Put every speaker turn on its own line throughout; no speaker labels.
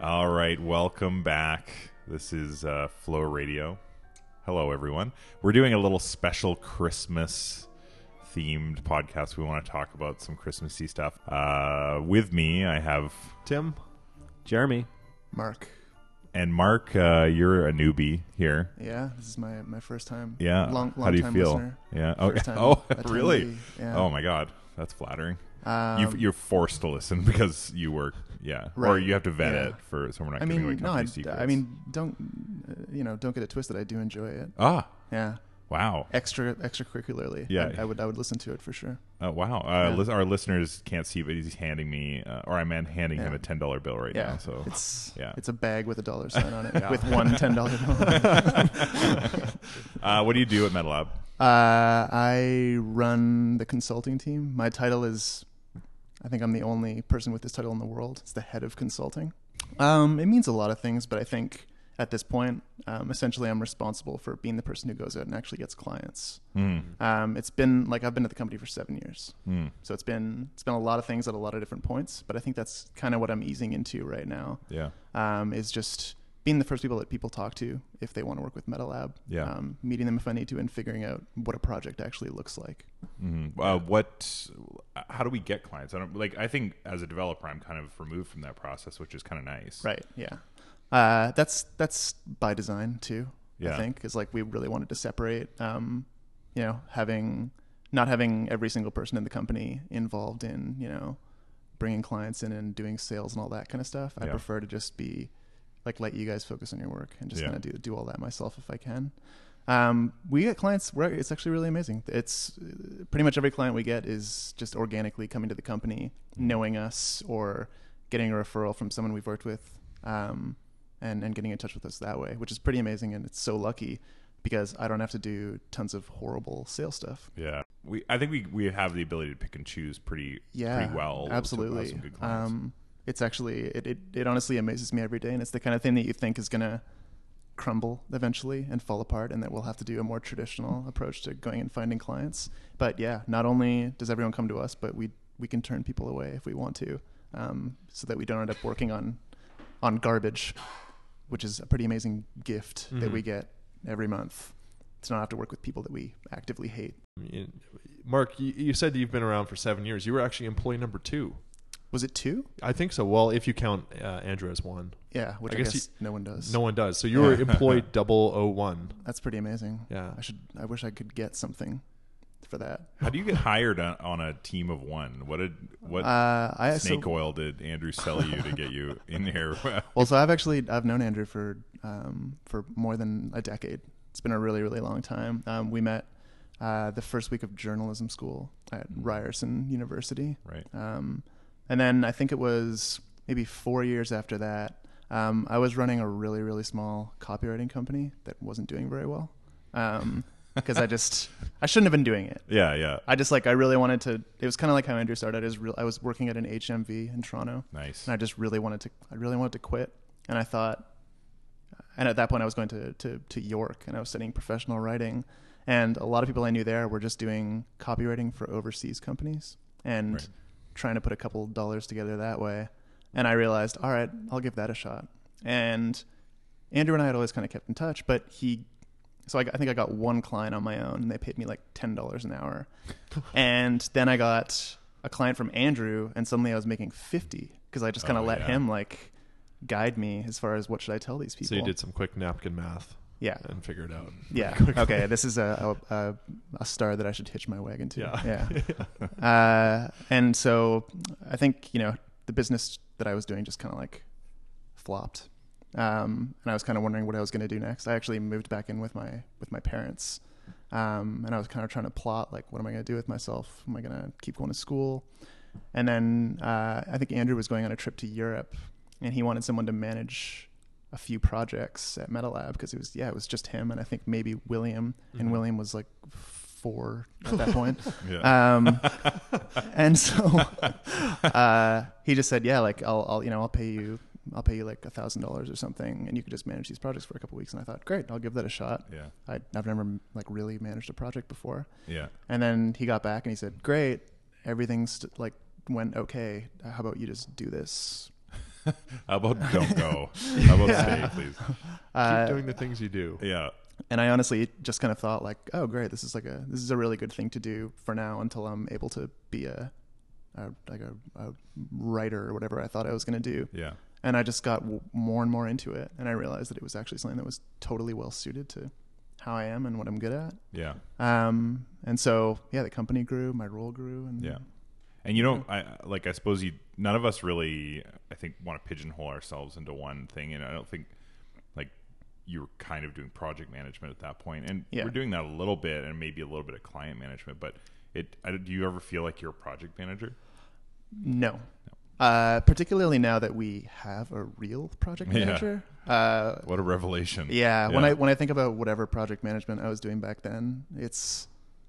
All right, welcome back. This is uh, Flow Radio. Hello, everyone. We're doing a little special Christmas themed podcast. We want to talk about some Christmassy stuff. Uh, with me, I have
Tim, Jeremy.
Mark.
and Mark. Uh, you're a newbie here.
Yeah, this is my, my first time.
Yeah.
long, long
How do you
time
feel?
listener.
Yeah.
First
Okay.
time
Oh,
attendee,
really?
yeah.
Oh my God, that's flattering.
Um,
You've, you're forced to listen because you work, yeah, or
Right.
you have to vet
Yeah.
it for so we're not
I
giving
mean,
away
no,
company
I,
secrets.
I mean, don't uh, you know? Don't get it twisted. I do enjoy it.
ah,
Yeah,
wow,
extra extracurricularly.
Yeah.
I, I would I would listen to it for sure.
oh, wow. Uh,
Yeah.
lis- our listeners can't see, but he's handing me, uh, or I'm handing him
Yeah.
a ten dollar bill right
Yeah,
now. So
it's
yeah.
it's a bag with a dollar sign on it
Yeah.
with one ten dollar bill.
uh, what do you do at Metal Lab?
Uh, I run the consulting team. My title is, I think I'm the only person with this title in the world. It's the head of consulting. Um, it means a lot of things, but I think at this point, um, essentially, I'm responsible for being the person who goes out and actually gets clients.
Mm.
Um, it's been like I've been at the company for seven years,
Mm.
so it's been it's been a lot of things at a lot of different points. But I think that's kind of what I'm easing into right now
Yeah,
um, is just being the first people that people talk to if they want to work with MetaLab.
Yeah.
Um, meeting them if I need to and figuring out what a project actually looks like.
Mhm. Uh, what? How do we get clients? I don't like. I think as a developer, I'm kind of removed from that process, which is kind of nice.
Right. Yeah. Uh, that's that's by design too.
Yeah.
I think is like we really wanted to separate. Um, you know, having not having every single person in the company involved in you know bringing clients in and doing sales and all that kind of stuff. I
Yeah.
prefer to just be like let you guys focus on your work and just
Yeah.
kind of do do all that myself if I can. Um, we get clients where it's actually really amazing. It's uh, pretty much every client we get is just organically coming to the company, knowing us, or getting a referral from someone we've worked with, um, and and getting in touch with us that way, which is pretty amazing. And it's so lucky because I don't have to do tons of horrible sales stuff.
Yeah. We. I think we we have the ability to pick and choose pretty.
Yeah,
Pretty well. to have
absolutely.
some good clients.
um, it's actually it, it it honestly amazes me every day, and it's the kind of thing that you think is gonna crumble eventually and fall apart and that we'll have to do a more traditional approach to going and finding clients. But yeah, not only does everyone come to us, but we we can turn people away if we want to, um, so that we don't end up working on on garbage, which is a pretty amazing gift that
Mm-hmm.
Mhm.
we get every month to not have to work with people that we actively hate.
You- Mark, you, you said you've been around for seven years. You were actually employee number two.
Was it two?
I think so. Well, if you count uh, Andrew as one,
Yeah, which
I
I,
guess
guess,
you-
no one does.
no one does. So you
Yeah.
were employee 001.
That's pretty amazing.
Yeah.
I should. I wish I could get something for that.
How do you get hired on, on a team of one? What did what
Uh, I so-
snake oil did Andrew sell you to get you in here?
Well, so I've actually I've known Andrew for um, for more than a decade. It's been a really really long time. Um, we met uh, the first week of journalism school at
Hmm.
Ryerson University,
right.
um, and then I think it was maybe four years after that. Um, I was running a really really small copywriting company that wasn't doing very well because I just I shouldn't have been doing it.
Yeah. Yeah.
I just like I really wanted to. It was kind of like how Andrew started. Is real. I was working at an HMV in Toronto,
Nice.
and I just really wanted to. I really wanted to quit, and I thought. And at that point, I was going to to to York, and I was studying professional writing, and a lot of people I knew there were just doing copywriting for overseas companies and
Right.
trying to put a couple dollars together that way. And I realized, all right, I'll give that a shot. And Andrew and I had always kind of kept in touch, but he, so I, got- I think I got one client on my own, and they paid me like ten dollars an hour. and then I got a client from Andrew, and suddenly I was making fifty because I just kind of
Oh,
let
yeah.
him like guide me as far as what should I tell these people.
So you did some quick napkin math
yeah,
and figured out.
yeah. okay, this is a, a a a star that I should hitch my wagon to.
Yeah.
yeah. uh, and so I think you know the business that I was doing just kind of like flopped, um, and I was kind of wondering what I was going to do next. I actually moved back in with my with my parents, um, and I was kind of trying to plot like what am I going to do with myself? Am I going to keep going to school? And then uh, I think Andrew was going on a trip to Europe, and he wanted someone to manage a few projects at MetaLab because it was yeah it was just him and I think maybe William
Mhm.
and William was like four at that point.
Yeah.
Um, and so uh, he just said, "Yeah, like I'll, I'll, you know, I'll pay you, I'll pay you like a thousand dollars or something, and you can just manage these projects for a couple weeks." And I thought, "Great, I'll give that a shot."
yeah.
I, I've never like really managed a project before.
Yeah.
And then he got back and he said, "Great, everything's like went okay. How about you just do this?"
How about don't go? How about
Yeah.
stay, please?
Uh,
Keep doing the things you do.
Yeah.
and I honestly just kind of thought like, oh great, this is like a this is a really good thing to do for now until I'm able to be a, a like a, a writer or whatever I thought I was going to do.
Yeah.
And I just got w- more and more into it, and I realized that it was actually something that was totally well suited to how I am and what I'm good at.
Yeah.
Um, and so yeah, the company grew, my role grew, and
Yeah. And you don't I like I suppose you none of us really I think want to pigeonhole ourselves into one thing and I don't think like you were kind of doing project management at that point and
Yeah.
we're doing that a little bit and maybe a little bit of client management but it I, don't- do you ever feel like you're a project manager?
No. Uh, particularly now that we have a real project
Yeah.
manager. Uh,
What a revelation.
yeah, When
Yeah.
I when I think about whatever project management I was doing back then, it's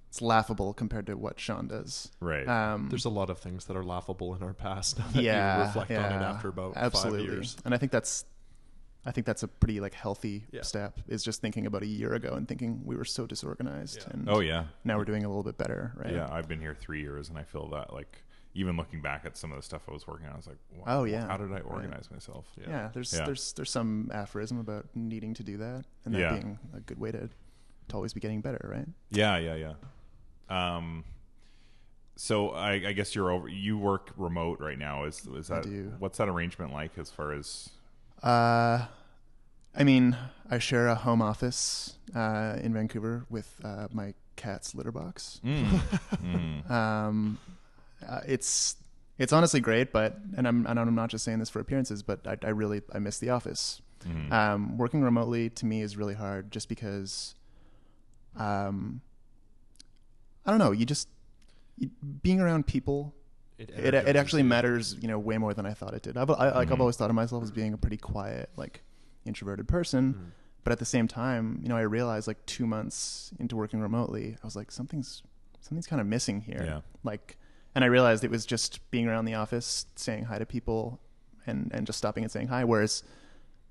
it's laughable compared to what Sean does.
Right.
Um,
There's a lot of things that are laughable in our past now that you reflect on it after about
absolutely.
five years.
And I think that's I think that's a pretty like healthy
Yeah.
step is just thinking about a year ago and thinking we were so disorganized
Yeah.
and
oh yeah.
now we're doing a little bit better, right?
Yeah, I've been here three years, and I feel that like even looking back at some of the stuff I was working on, I was like, wow,
Oh, yeah.
how did I
Right.
organize myself?
Yeah, there's
Yeah.
there's there's some aphorism about needing to do that and that
Yeah.
being a good way to to always be getting better, right?
yeah, yeah, yeah. Um, so I, I guess you're over. You work remote right now. Is is
I
that
do.
what's that arrangement like as far as?
Uh, I mean, I share a home office uh, in Vancouver with uh, my cat's litter box.
Mm, mm.
Um, uh, it's it's honestly great, but and I'm and I'm not just saying this for appearances, but I, I really I miss the office.
Mhm.
Um, working remotely to me is really hard, just because, um, I don't know. You just you, being around people it, it actually matters, you know, way more than I thought it did. I've, I, like, I've
Mhm.
always thought of myself as being a pretty quiet, like, introverted person. But at the same time, you know, I realized like two months into working remotely, I was like, something's something's kind of missing here.
Yeah.
Like, and I realized it was just being around the office, saying hi to people, and and just stopping and saying hi. Whereas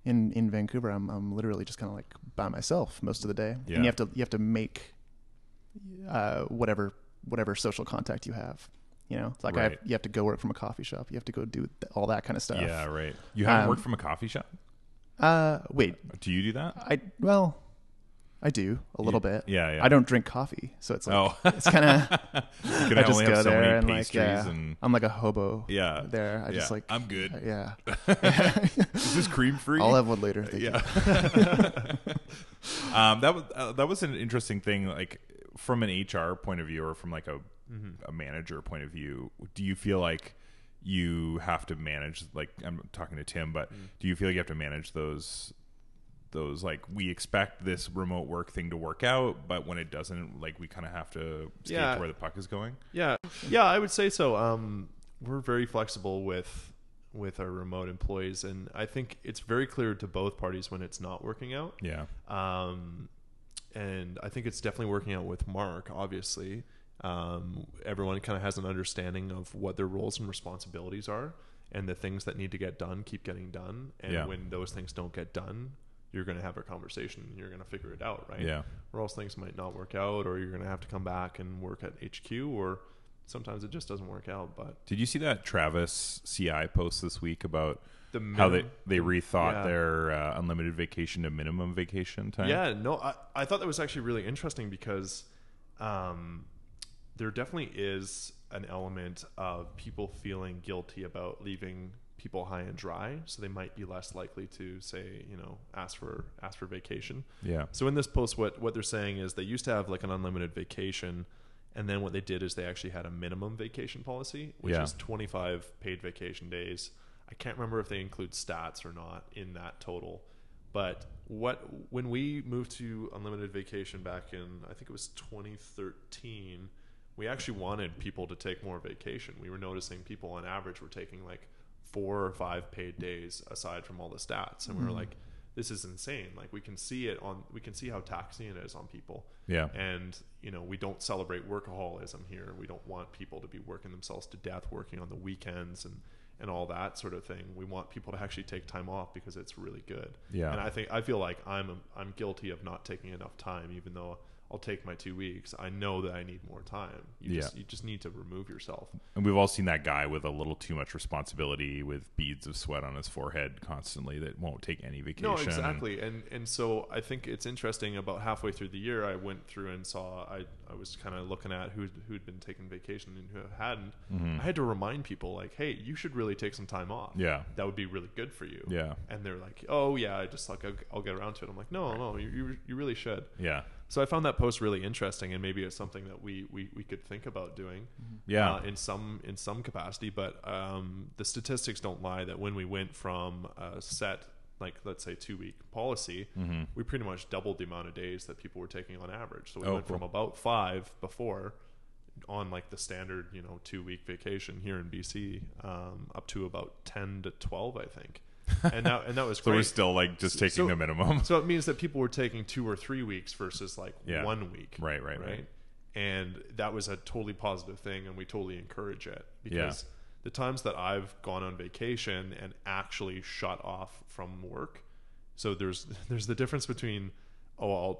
in in Vancouver, I'm I'm literally just kind of like by myself most of the day,
Yeah.
and you have to you have to make uh, whatever whatever social contact you have. You know, it's like I have,
Right.
you have to go work from a coffee shop. You have to go do th- all that kind of stuff.
Yeah, right. You haven't
Um,
worked from a coffee shop.
Uh, wait,
Do you do that?
I well, I do a little bit.
Yeah, yeah.
I don't drink coffee, so it's like
Oh.
it's kind of
You can
I just
only have
go
so
there
many
and like
pastries
yeah,
and
I'm like a hobo.
yeah.
there Uh, I just
yeah.
like
I'm good.
yeah.
Is this cream free?
I'll have one later. Thank you.
yeah. um, that was uh, that was an interesting thing. Like from an HR point of view, or from like a a manager point of view, do you feel like you have to manage? Like I'm talking to Tim, but do you feel like you have to manage those? those like we expect this remote work thing to work out but when it doesn't like we kind of have to skate
Yeah.
to where the puck is going
Yeah, yeah, I would say so. Um, we're very flexible with with our remote employees, and I think it's very clear to both parties when it's not working out.
yeah
Um, and I think it's definitely working out with Mark, obviously. Um, everyone kind of has an understanding of what their roles and responsibilities are, and the things that need to get done keep getting done. And
Yeah.
when those things don't get done, you're going to have a conversation and you're going to figure it out, right?
yeah
Or else things might not work out, or you're going to have to come back and work at HQ, or sometimes it just doesn't work out. But
did you see that travis ci post this week about
the
how they
minimum-
they rethought
Yeah.
their uh, unlimited vacation to minimum vacation time.
Yeah, no, I, I thought that was actually really interesting because um, there definitely is an element of people feeling guilty about leaving people high and dry, so they might be less likely to say, you know, ask for ask for vacation.
yeah,
So in this post, what what they're saying is they used to have like an unlimited vacation, and then what they did is they actually had a minimum vacation policy, which
Yeah.
is 25 paid vacation days. I can't remember if they include stats or not in that total, but what when we moved to unlimited vacation back in I think it was 2013, we actually wanted people to take more vacation. We were noticing people on average were taking like four or five paid days aside from all the stats, and we were like, this is insane. Like we can see it on we can see how taxing it is on people
yeah,
and you know we don't celebrate workaholism here we don't want people to be working themselves to death working on the weekends and and all that sort of thing we want people to actually take time off because it's really good
Yeah.
and i think i feel like i'm i'm guilty of not taking enough time even though I'll take my two weeks. I know that I need more time. You
Yeah.
just you just need to remove yourself.
And we've all seen that guy with a little too much responsibility with beads of sweat on his forehead constantly that won't take any vacation.
No, exactly. And and so I think it's interesting. About halfway through the year, I went through and saw. I I was kind of looking at who who'd been taking vacation and who hadn't.
Mm-hmm.
I had to remind people like, hey, you should really take some time off.
Mm. Yeah.
that would be really good for you.
Yeah.
And they're like, oh yeah, I just like I'll, I'll get around to it. I'm like, no, no, you you, you really should.
Yeah.
So I found that post really interesting, and maybe it's something that we we, we could think about doing,
Yeah.
uh, in some in some capacity. But um, the statistics don't lie that when we went from a set like let's say two week policy,
Mm-hmm.
we pretty much doubled the amount of days that people were taking on average. So we
Oh,
went from
cool.
about five before on like the standard you know two week vacation here in BC um, up to about ten to twelve, I think, and that and that was
So
great.
we're still like just taking
So-
the minimum.
So it means that people were taking two or three weeks versus like
Yeah.
one week.
Right, right, right.
And that was a totally positive thing, and we totally encourage it because the times that I've gone on vacation and actually shut off from work. So there's there's the difference between oh I'll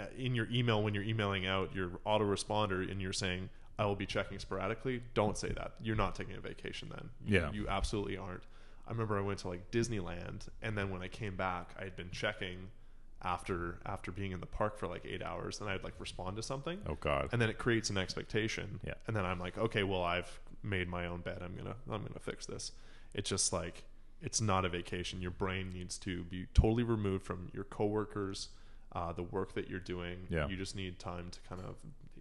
uh, in your email when you're emailing out your autoresponder and you're saying I will be checking sporadically. Don't say that. You're not taking a vacation then. You-
Yeah.
you absolutely aren't. I remember I went to like Disneyland, and then when I came back, I had been checking after after being in the park for like eight hours, and I'd like respond to something,
oh God.
and then it creates an expectation.
Yeah.
and then I'm like, okay, well, I've made my own bed. I'm gonna I'm gonna fix this. It's just like it's not a vacation. Your brain needs to be totally removed from your coworkers, uh, the work that you're doing.
Yeah.
you just need time to kind of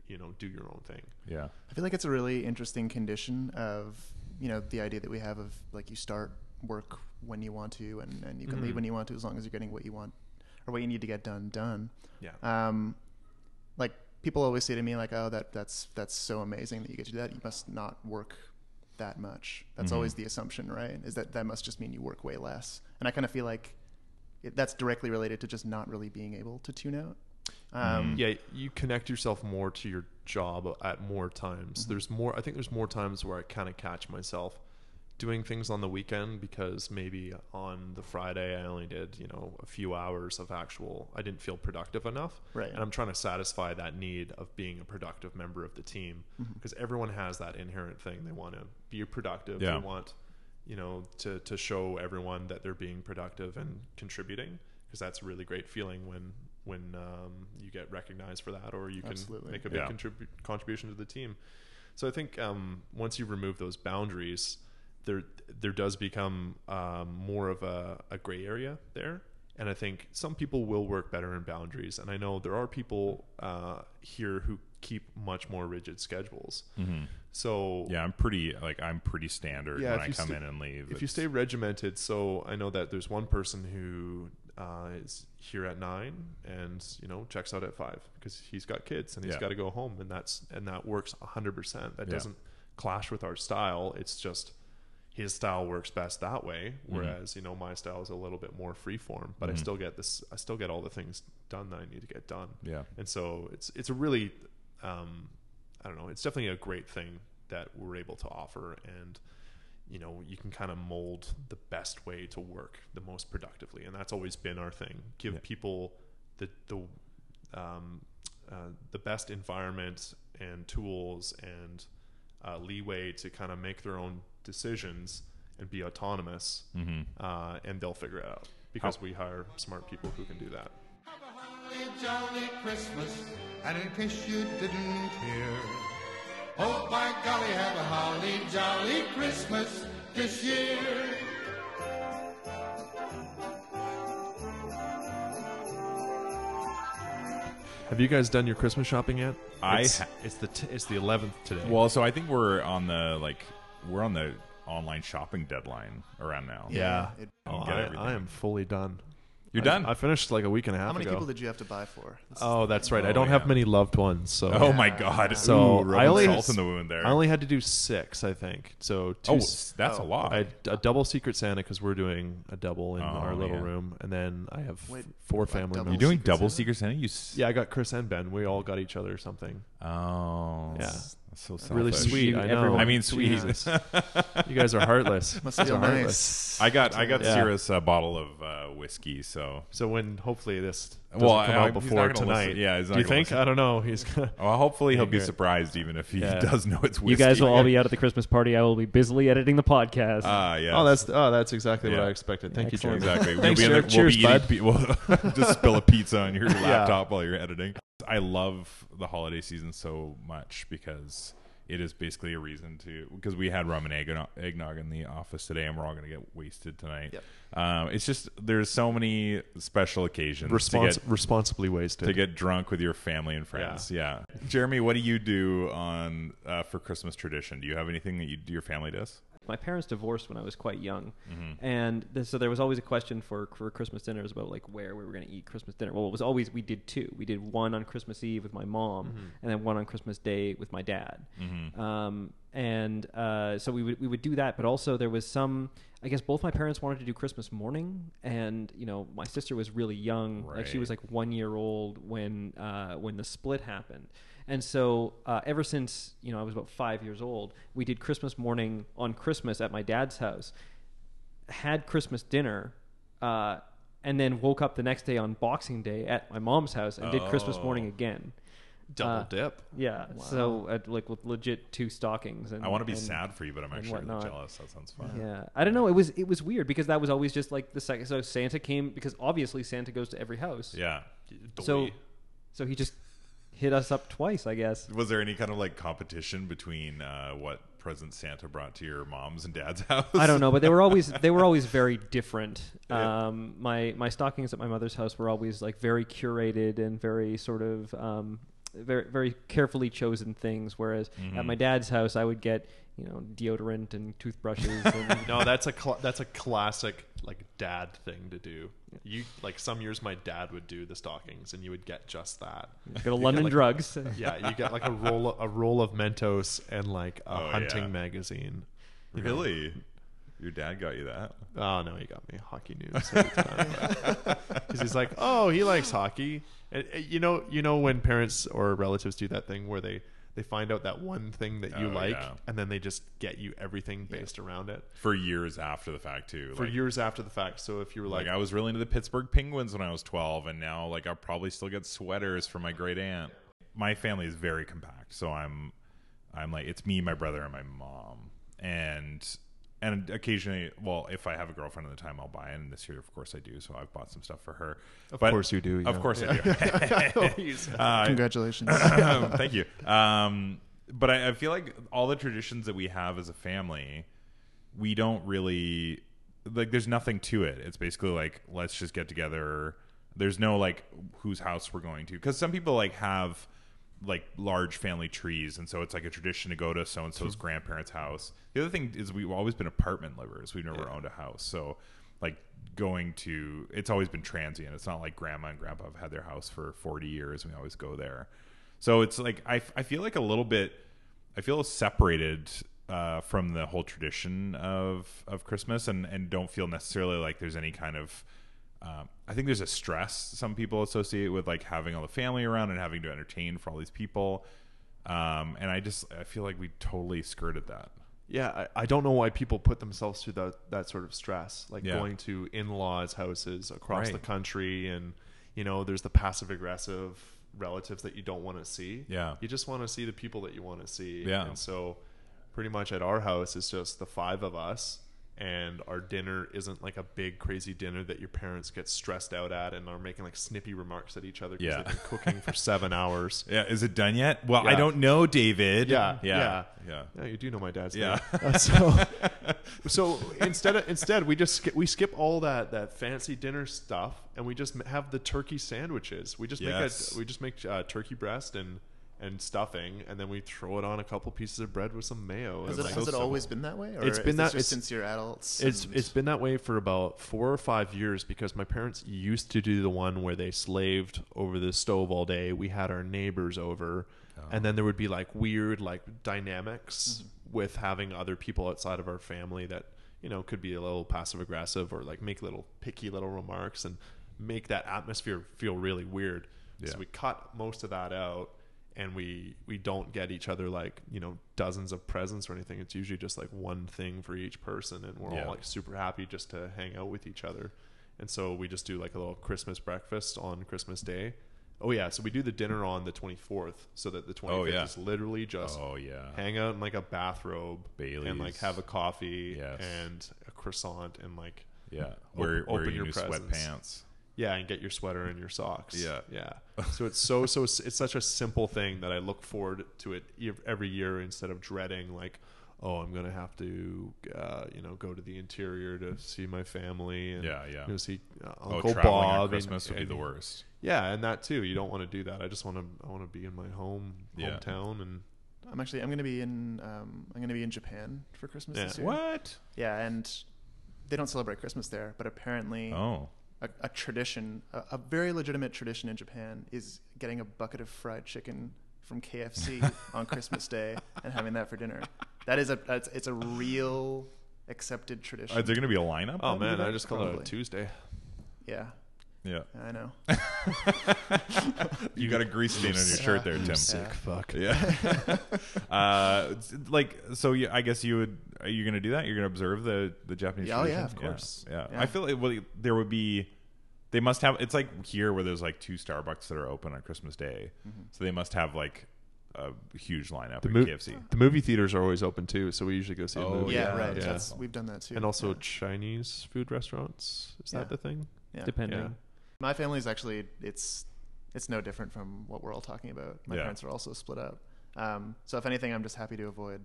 you know do your own thing.
yeah.
I feel like it's a really interesting condition of you know the idea that we have of like you start work when you want to and, and you can
Mhm.
leave when you want to as long as you're getting what you want or what you need to get done done.
Yeah.
Um, like people always say to me like oh that that's that's so amazing that you get to do that you must not work that much.
Mhm.
That's
Mm-hmm.
always the assumption, right? Is that that must just mean you work way less. And I kind of feel like it, that's directly related to just not really being able to tune out. Um,
Mm. yeah you connect yourself more to your job at more times there's more i think there's more times where i kind of catch myself doing things on the weekend because maybe on the friday i only did you know a few hours of actual i didn't feel productive enough
Right.
and i'm trying to satisfy that need of being a productive member of the team because everyone has that inherent thing they want to be productive
Yeah.
they want you know to to show everyone that they're being productive and contributing because that's a really great feeling when when um, you get recognized for that or you can
Absolutely.
make a big
Yeah.
contribu- contribution to the team so i think um, once you remove those boundaries there there does become um, more of a, a gray area there and i think some people will work better in boundaries and i know there are people uh, here who keep much more rigid schedules so
Mm-hmm. Yeah. I'm pretty like I'm pretty standard
Yeah,
when
if
I
you
come
sta-
in and leave.
if you
It's-
stay regimented, so I know that there's one person who uh, is here at nine and you know checks out at five because he's got kids and he's
Yeah.
got to go home, and that's and that works hundred percent. That
Yeah.
doesn't clash with our style. It's just his style works best that way,
Mm-hmm.
whereas you know my style is a little bit more freeform. But I still get this. I still get all the things done that I need to get done,
yeah.
and so it's it's a really um, I don't know. It's definitely a great thing that we're able to offer, and you know, you can kind of mold the best way to work the most productively, and that's always been our thing. Give
Yeah.
people the the um, uh, the best environment and tools and uh, leeway to kind of make their own decisions and be autonomous,
Mm-hmm.
uh, and they'll figure it out because we hire smart people who can do that.
Have a holly jolly Christmas, and in case you didn't hear, oh by golly, have a holly jolly Christmas this year.
Have you guys done your Christmas shopping yet?
I
it's,
ha-
it's the t- it's the eleventh today.
Well, so I think we're on the like we're on the online shopping deadline around now.
yeah,
It-
Oh,
Get
I,
everything.
I am fully done.
You're
I-
done?
I finished like a week and a half
How many
ago.
people did you have to buy for? This is
oh,
the
that's
thing.
right. I
Oh,
don't have
yeah.
many loved ones, so
Oh my God.
So
Ooh,
I
rubbing
only
salt in the wound there.
I only had to do six, I think. So two.
oh,
s-
that's a lot.
I- a double secret Santa because we're doing a double in
Oh,
our little
yeah.
room, and then I have
Wait,
four
what,
family
double
You're
members.
doing
Secret
double
Santa?
Secret Santa? You s-
yeah, I got Chris and Ben. We all got each other something.
Oh.
Yeah.
That's so selfish.
Really sweet.
You-
I know.
everyone-
I mean, sweet.
Jesus.
you guys are heartless.
Must
You guys
feel
are
nice.
I got I got
Yeah.
Cirrus a bottle of uh, whiskey, so
So when hopefully this doesn't
Well, I-
come
I-
out
he's not
before
gonna listen.
tonight,
Yeah, he's not
do you
gonna
think?
listen.
I don't know. He's gonna.
well, oh, hopefully he'll be
Yeah.
surprised, even if he
Yeah.
does know it's whiskey.
You guys will all be out at the Christmas party. I will be busily editing the podcast.
Ah, yeah.
Oh, that's oh, that's exactly
Yeah.
what I expected. Thank
Excellent.
you, Jeremy.
Exactly.
Thanks,
we'll be in
Jared.
the, we'll
Cheers,
be
bud.
eating pi- we'll just spill a pizza on your laptop while you're editing. I love the holiday season so much because it is basically a reason to because we had rum and egg, eggnog in the office today, and we're all going to get wasted tonight.
Yep.
Um, it's just there's so many special occasions
Respons-
to get
responsibly wasted.
to get drunk with your family and friends. Yeah. Jeremy, what do you do on uh, for Christmas tradition? Do you have anything that you your family does?
my parents divorced when I was quite young, and th- so there was always a question for for Christmas dinners about like where we were going to eat Christmas dinner. Well, it was always we did two. We did one on Christmas Eve with my mom, and then one on Christmas Day with my dad. Um, and uh, so we would we would do that, but also there was some. I guess both my parents wanted to do Christmas morning, and you know my sister was really young, like she was
Right.
like like one year old when uh, when the split happened. And so uh, ever since you know I was about five years old, we did Christmas morning on Christmas at my dad's house, had Christmas dinner, uh, and then woke up the next day on Boxing Day at my mom's house and did Christmas
Oh.
morning again.
double
Uh,
dip.
Yeah, so uh, like with legit two stockings. And
I want to be
and-
sad for you, but I'm
and
actually really
whatnot.
jealous. That sounds fun.
yeah, I don't know. It was it was weird because that was always just like the second. So Santa came because obviously Santa goes to every house.
yeah.
So, so he just hit us up twice, I guess.
Was there any kind of like competition between uh, what present Santa brought to your mom's and dad's house?
I don't know, but they were always they were always very different.
Yeah.
Um, my my stockings at my mother's house were always like very curated and very sort of um, very very carefully chosen things. Whereas
Mm-hmm.
at my dad's house, I would get you know deodorant and toothbrushes. And,
No, that's a cl- that's a classic like dad thing to do. You like some years my dad would do the stockings, and you would get just that.
Go to London
like-
Drugs.
Yeah, you get like a roll a roll of Mentos and like a
Oh,
hunting
yeah.
magazine. You know.
Really? Your dad got you that?
Oh no, he got me hockey news every time. Because he's like, oh, he likes hockey. And, and you know, you know when parents or relatives do that thing where they they find out that one thing that you
Oh,
like,
yeah.
and then they just get you everything based around it
For years after the fact, too.
for
like,
years after the fact. So if you were
Like
like,
I was really into the Pittsburgh Penguins when I was 12, and now like I'll probably still get sweaters from my great aunt. My family is very compact, so I'm, I'm like it's me, my brother, and my mom, and and occasionally, well, if I have a girlfriend at the time, I'll buy it. And this year, of course, I do. So I've bought some stuff for her. Of
course you do,
Of
yeah.
course I do.
"Oh,
Uh,
Congratulations.
Thank you. Um, but I, I feel like all the traditions that we have as a family, we don't really like. There's nothing to it. It's basically like let's just get together. There's no like whose house we're going to because some people like have like large family trees, and so it's like a tradition to go to so and so's grandparents' house. The other thing is we've always been apartment livers. We've never owned a house, so like going to it's always been transient. It's not like grandma and grandpa have had their house for 40 years and we always go there. So it's like I, I feel like a little bit I feel separated uh, from the whole tradition of of Christmas and and don't feel necessarily like there's any kind of um, I think there's a stress some people associate with like having all the family around and having to entertain for all these people. Um, and I just I feel like we totally skirted that.
yeah, I, I don't know why people put themselves through that that sort of stress, like
Yeah.
going to in laws' houses across
Right.
the country, and you know, there's the passive aggressive relatives that you don't want to see.
Yeah.
you just want to see the people that you want to see.
Yeah.
and so pretty much at our house it's just the five of us. And our dinner isn't like a big crazy dinner that your parents get stressed out at and are making like snippy remarks at each other because
Yeah.
they've been cooking for seven hours.
Yeah, is it done yet? Well, I
Yeah.
don't know, David.
Yeah,
yeah,
yeah,
yeah.
No, you do know my dad's
Yeah.
name. Uh, so, so instead, of, instead we just skip, we skip all that that fancy dinner stuff, and we just m- have the turkey sandwiches. We just
Yes.
make a, we just make uh, turkey breast and and stuffing, and then we throw it on a couple pieces of bread with some mayo.
Has
and
it,
like-
has it always been that way? Or
It's
is
been
this
that-
just
it's-
since you're adults.
it's
and-
it's been that way for about four or five years because my parents used to do the one where they slaved over the stove all day. We had our neighbors over, and then there would be like weird like dynamics with having other people outside of our family that you know could be a little passive aggressive or like make little picky little remarks and make that atmosphere feel really weird.
Yeah.
So we cut most of that out and we we don't get each other like you know dozens of presents or anything it's usually just like one thing for each person and we're
Yeah.
all like super happy just to hang out with each other and so we just do like a little christmas breakfast on christmas day oh yeah so we do the dinner on the 24th so that the 25th
Oh, yeah.
is literally just
Oh yeah.
hang out in like a bathrobe and like
Bailey's.
have a coffee
Yes.
and a croissant and like
Yeah. Wear, wear
Open- open
your,
your
new sweatpants.
presents. yeah and get your sweater and your socks
Yeah.
yeah so it's so so it's such a simple thing that i look forward to it ev- every year instead of dreading like oh i'm gonna have to uh, you know go to the interior to see my family and
Yeah, yeah.
you know, see uh,
Oh,
uncle
traveling
bob
on
and-
Christmas would be
and-
the worst.
yeah and that too you don't want to do that i just want to i want to be in my home
Yeah.
hometown and
I'm actually I'm gonna be in um, I'm gonna be in Japan for Christmas
Yeah.
this year.
What?
Yeah, and they don't celebrate Christmas there, but apparently
Oh.
a, a tradition, a, a very legitimate tradition in Japan, is getting a bucket of fried chicken from KFC on Christmas Day and having that for dinner. That is a that's, it's a real accepted tradition.
Is there going to Uh, be a lineup?
oh
then for
man
that?
i just called it a
Probably.
tuesday
yeah,
Yeah.
I know.
you got a grease stain on your shirt there, Tim.
sick
fuck
Yeah. uh, it's- like so, you, I guess you would. Are you going to do that? You're going to observe the the Japanese?
Yeah, oh, yeah,
tradition?
of course.
Yeah.
Yeah.
I feel like well, there would be. They must have. It's like here where there's like two Starbucks that are open on Christmas Day,
Mm-hmm.
so they must have like a huge lineup
The,
at
mo-
KFC.
the movie theaters are always open too, so we usually go see a
Oh,
movie.
yeah,
yeah,
right.
yeah.
That's, we've done that too.
And also
Yeah.
Chinese food restaurants. Is
Yeah.
that the thing?
yeah.
depending.
Yeah.
My family's actually it's it's no different from what we're all talking about. My
Yeah.
parents are also split up. Um, so if anything, I'm just happy to avoid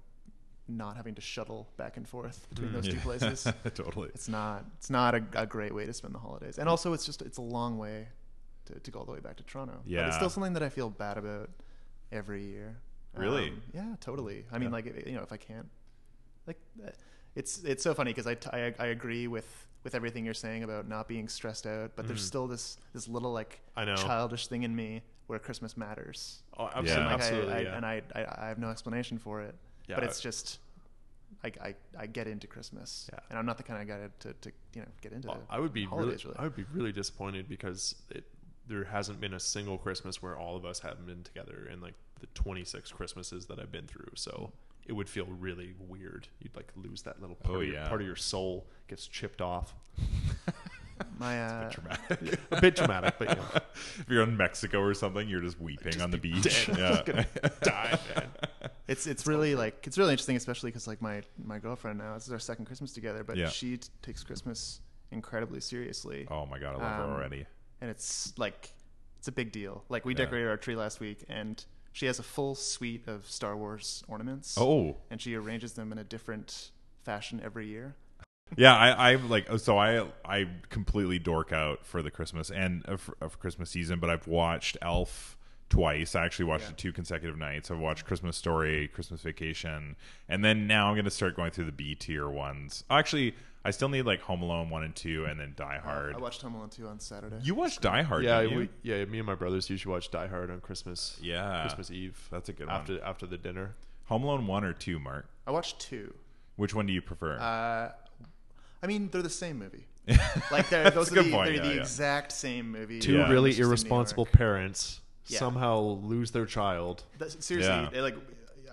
not having to shuttle back and forth between those two
Mm, Yeah.
places.
totally.
It's not it's not a, a great way to spend the holidays, and also it's just it's a long way to, to go all the way back to Toronto. but
Yeah.
it's still something that I feel bad about every year.
Really?
Um, yeah, totally. I mean,
Yeah.
like it- you know, if I can't, like, uh, it's it's so funny because I, t- I I agree with with everything you're saying about not being stressed out, but
Mm.
there's still this this little like
I know.
childish thing in me where Christmas matters.
Oh,
Yeah.
And, like, I-
absolutely.
I,
yeah.
And I, I I have no explanation for it, but
Yeah.
it's just. I, I, I get into Christmas,
Yeah.
and I'm not the kind of guy to, to you know get into.
I would be really,
holidays,
I would be really disappointed because it, there hasn't been a single Christmas where all of us haven't been together in like the 26 Christmases that I've been through. So it would feel really weird. You'd like lose that little part,
Oh,
of, your,
yeah.
part of your soul gets chipped off.
My uh,
Dramatic.
A bit dramatic, but you know.
if you're in Mexico or something, you're just weeping on the beach. Yeah.
die, man.
It's it's really like it's really interesting, especially because like my my girlfriend now this is our second Christmas together, but
Yeah.
she t- takes Christmas incredibly seriously,
Oh my god, I love
Um,
her already.
and it's like it's a big deal. Like we
Yeah.
decorated our tree last week, and she has a full suite of Star Wars ornaments.
Oh.
and she arranges them in a different fashion every year.
yeah i i like so i i completely dork out for the christmas and of, of christmas season but i've watched elf twice i actually watched it two consecutive nights i've watched christmas story christmas vacation and then now i'm going to start going through the b tier ones actually i still need like home alone one and two and then die hard
Uh, I watched Home Alone two on Saturday.
you watched die hard
yeah,
didn't you?
we, yeah. Me and my brothers usually watch Die Hard on Christmas.
Yeah.
Christmas Eve.
That's a good one.
after after the dinner.
home alone one or two mark
I watched two.
which one do you prefer
Uh, I mean, they're the same movie. like they're those
a
are
good
the,
point,
they're
yeah,
the
yeah.
exact same movie.
two
Yeah.
really
It's just in New
irresponsible
York.
parents
Yeah.
somehow lose their child.
That's, seriously,
Yeah. Mm-hmm.
they, like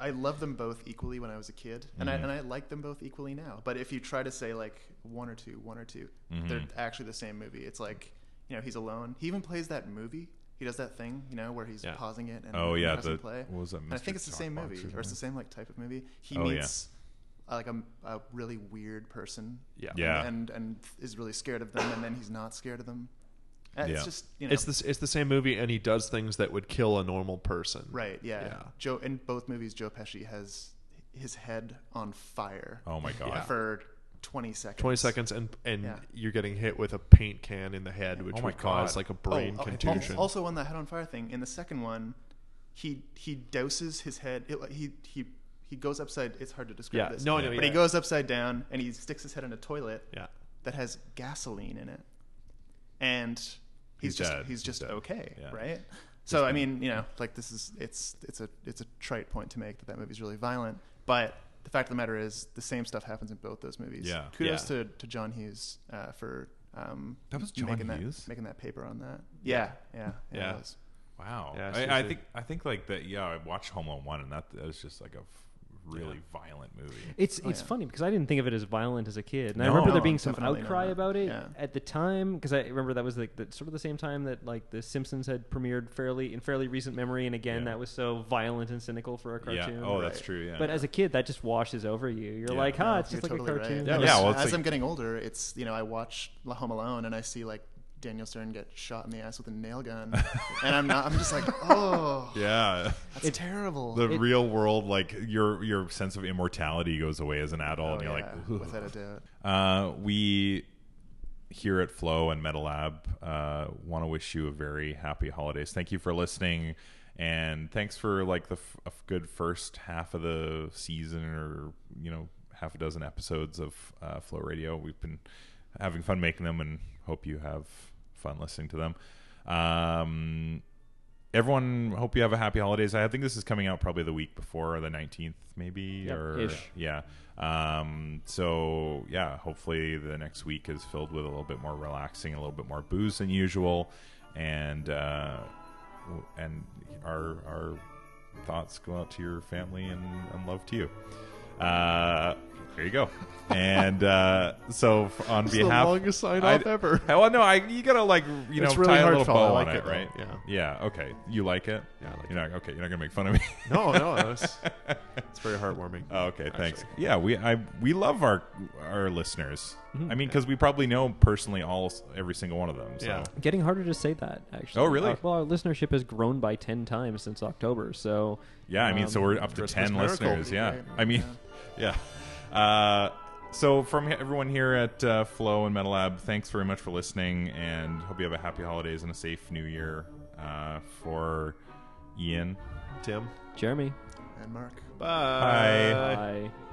I love them both equally when I was a kid, and I and I like them both equally now. But if you try to say like one or two, one or 2
Mm-hmm.
they they're actually the same movie. It's like you know he's alone. He even plays that movie. He does that thing, you know, where he's
Yeah.
pausing it and
Oh,
and
yeah,
pressing
the-
play.
what was that,
And I
Mr.
think it's the same
Talkbox or
movie, or it's the same like type of movie. He
Oh, yeah.
meets uh, like a, a really weird person,
Yeah.
Yeah.
and, and and is really scared of them, and then he's not scared of them. Uh,
Yeah.
It's just you know,
It's the it's the same movie, and he does things that would kill a normal person.
Right. Yeah.
Yeah.
Joe in both movies, Joe Pesci has his head on fire
oh my god
for twenty seconds.
Twenty seconds, and and
Yeah.
you're getting hit with a paint can in the head, which
Oh my
would cause
God.
like a
Oh,
brain
okay. Al-
contusion.
Also, on the head on fire thing in the second one, he he douses his head. it- he he he goes upside. It's hard to describe
Yeah.
this.
No, I know,
But
yeah.
he goes upside down and he sticks his head in a toilet
yeah.
that has gasoline in it, and he's,
He's
just
dead.
he's
He's
just
dead.
okay,
Yeah.
right? So I mean, you know, like this is it's it's a it's a trite point to make that that movie's really violent, but the fact of the matter is the same stuff happens in both those movies.
Yeah.
Kudos
Yeah.
To, to John Hughes uh, for um,
That was John
making
Hughes?
that making that paper on that. Yeah, yeah,
Yeah.
it was.
Wow.
Yeah, it's
I, I
just a-
think I think like that. Yeah, I watched Home Alone one, and that, that was just like a f- really violent movie.
It's
Oh,
it's
yeah.
funny because I didn't think of it as violent as a kid, and I
No.
remember
No,
there being some
definitely
outcry
not.
about it
Yeah.
at the time because I remember that was like the, sort of the same time that like The Simpsons had premiered fairly in fairly recent memory, and again
Yeah.
that was so violent and cynical for a cartoon.
yeah. Oh,
right.
that's true. Yeah.
But as a kid, that just washes over you. You're
Yeah.
like, huh,
No,
it's just
you're
like a
totally
cartoon.
Right.
Yeah,
As-
well, it's
as
like-
I'm getting older, it's you know I watch La Home Alone and I see like Daniel Stern get shot in the ass with a nail gun, and I'm not. I'm just like, oh,
yeah.
that's terrible.
The real world, like your your sense of immortality goes away as an adult,
Oh,
and you're
yeah,
like,
without a doubt.
Uh, we here at Flow and Metal Lab uh, want to wish you a very happy holidays. Thank you for listening, and thanks for like the f- a good first half of the season, or you know, half a dozen episodes of uh, Flow Radio. We've been having fun making them, and hope you have fun listening to them. Um, everyone, hope you have a happy holidays. I think this is coming out probably the week before the nineteenth, maybe
Yep,
or
ish.
yeah. Um, so yeah, hopefully the next week is filled with a little bit more relaxing, a little bit more booze than usual, and uh, w- and our our thoughts go out to your family and, and love to you. Uh, there you go. and uh, so f- on
the
behalf,
longest sign
I-
off ever.
Well, no, I you gotta like you know
It's really
tie a little
heartfelt. I
bow
like
on
it,
it,
though.
right?
Yeah.
Yeah. Okay. You like it?
Yeah, I like
you're Not, okay. You're not gonna make fun of me.
No, no, it's, it's very heartwarming.
Oh, okay, thanks.
Actually.
Yeah, we I we love our our listeners.
Mm-hmm.
I mean, because we probably know personally all s- every single one of them. So.
Yeah.
Getting harder to say that actually.
Oh, really?
Our- well, our listenership has grown by ten times since October. So
Yeah, I mean, so
um,
we're up to
Christmas
ten
miracle.
listeners. Yeah,
Right,
I mean, yeah. Uh, so from he- everyone here at uh, Flow and Metal Lab, thanks very much for listening, and hope you have a happy holidays and a safe New Year. Uh, for Ian,
Tim.
Jeremy,
And Mark.
Bye.
Bye.
I.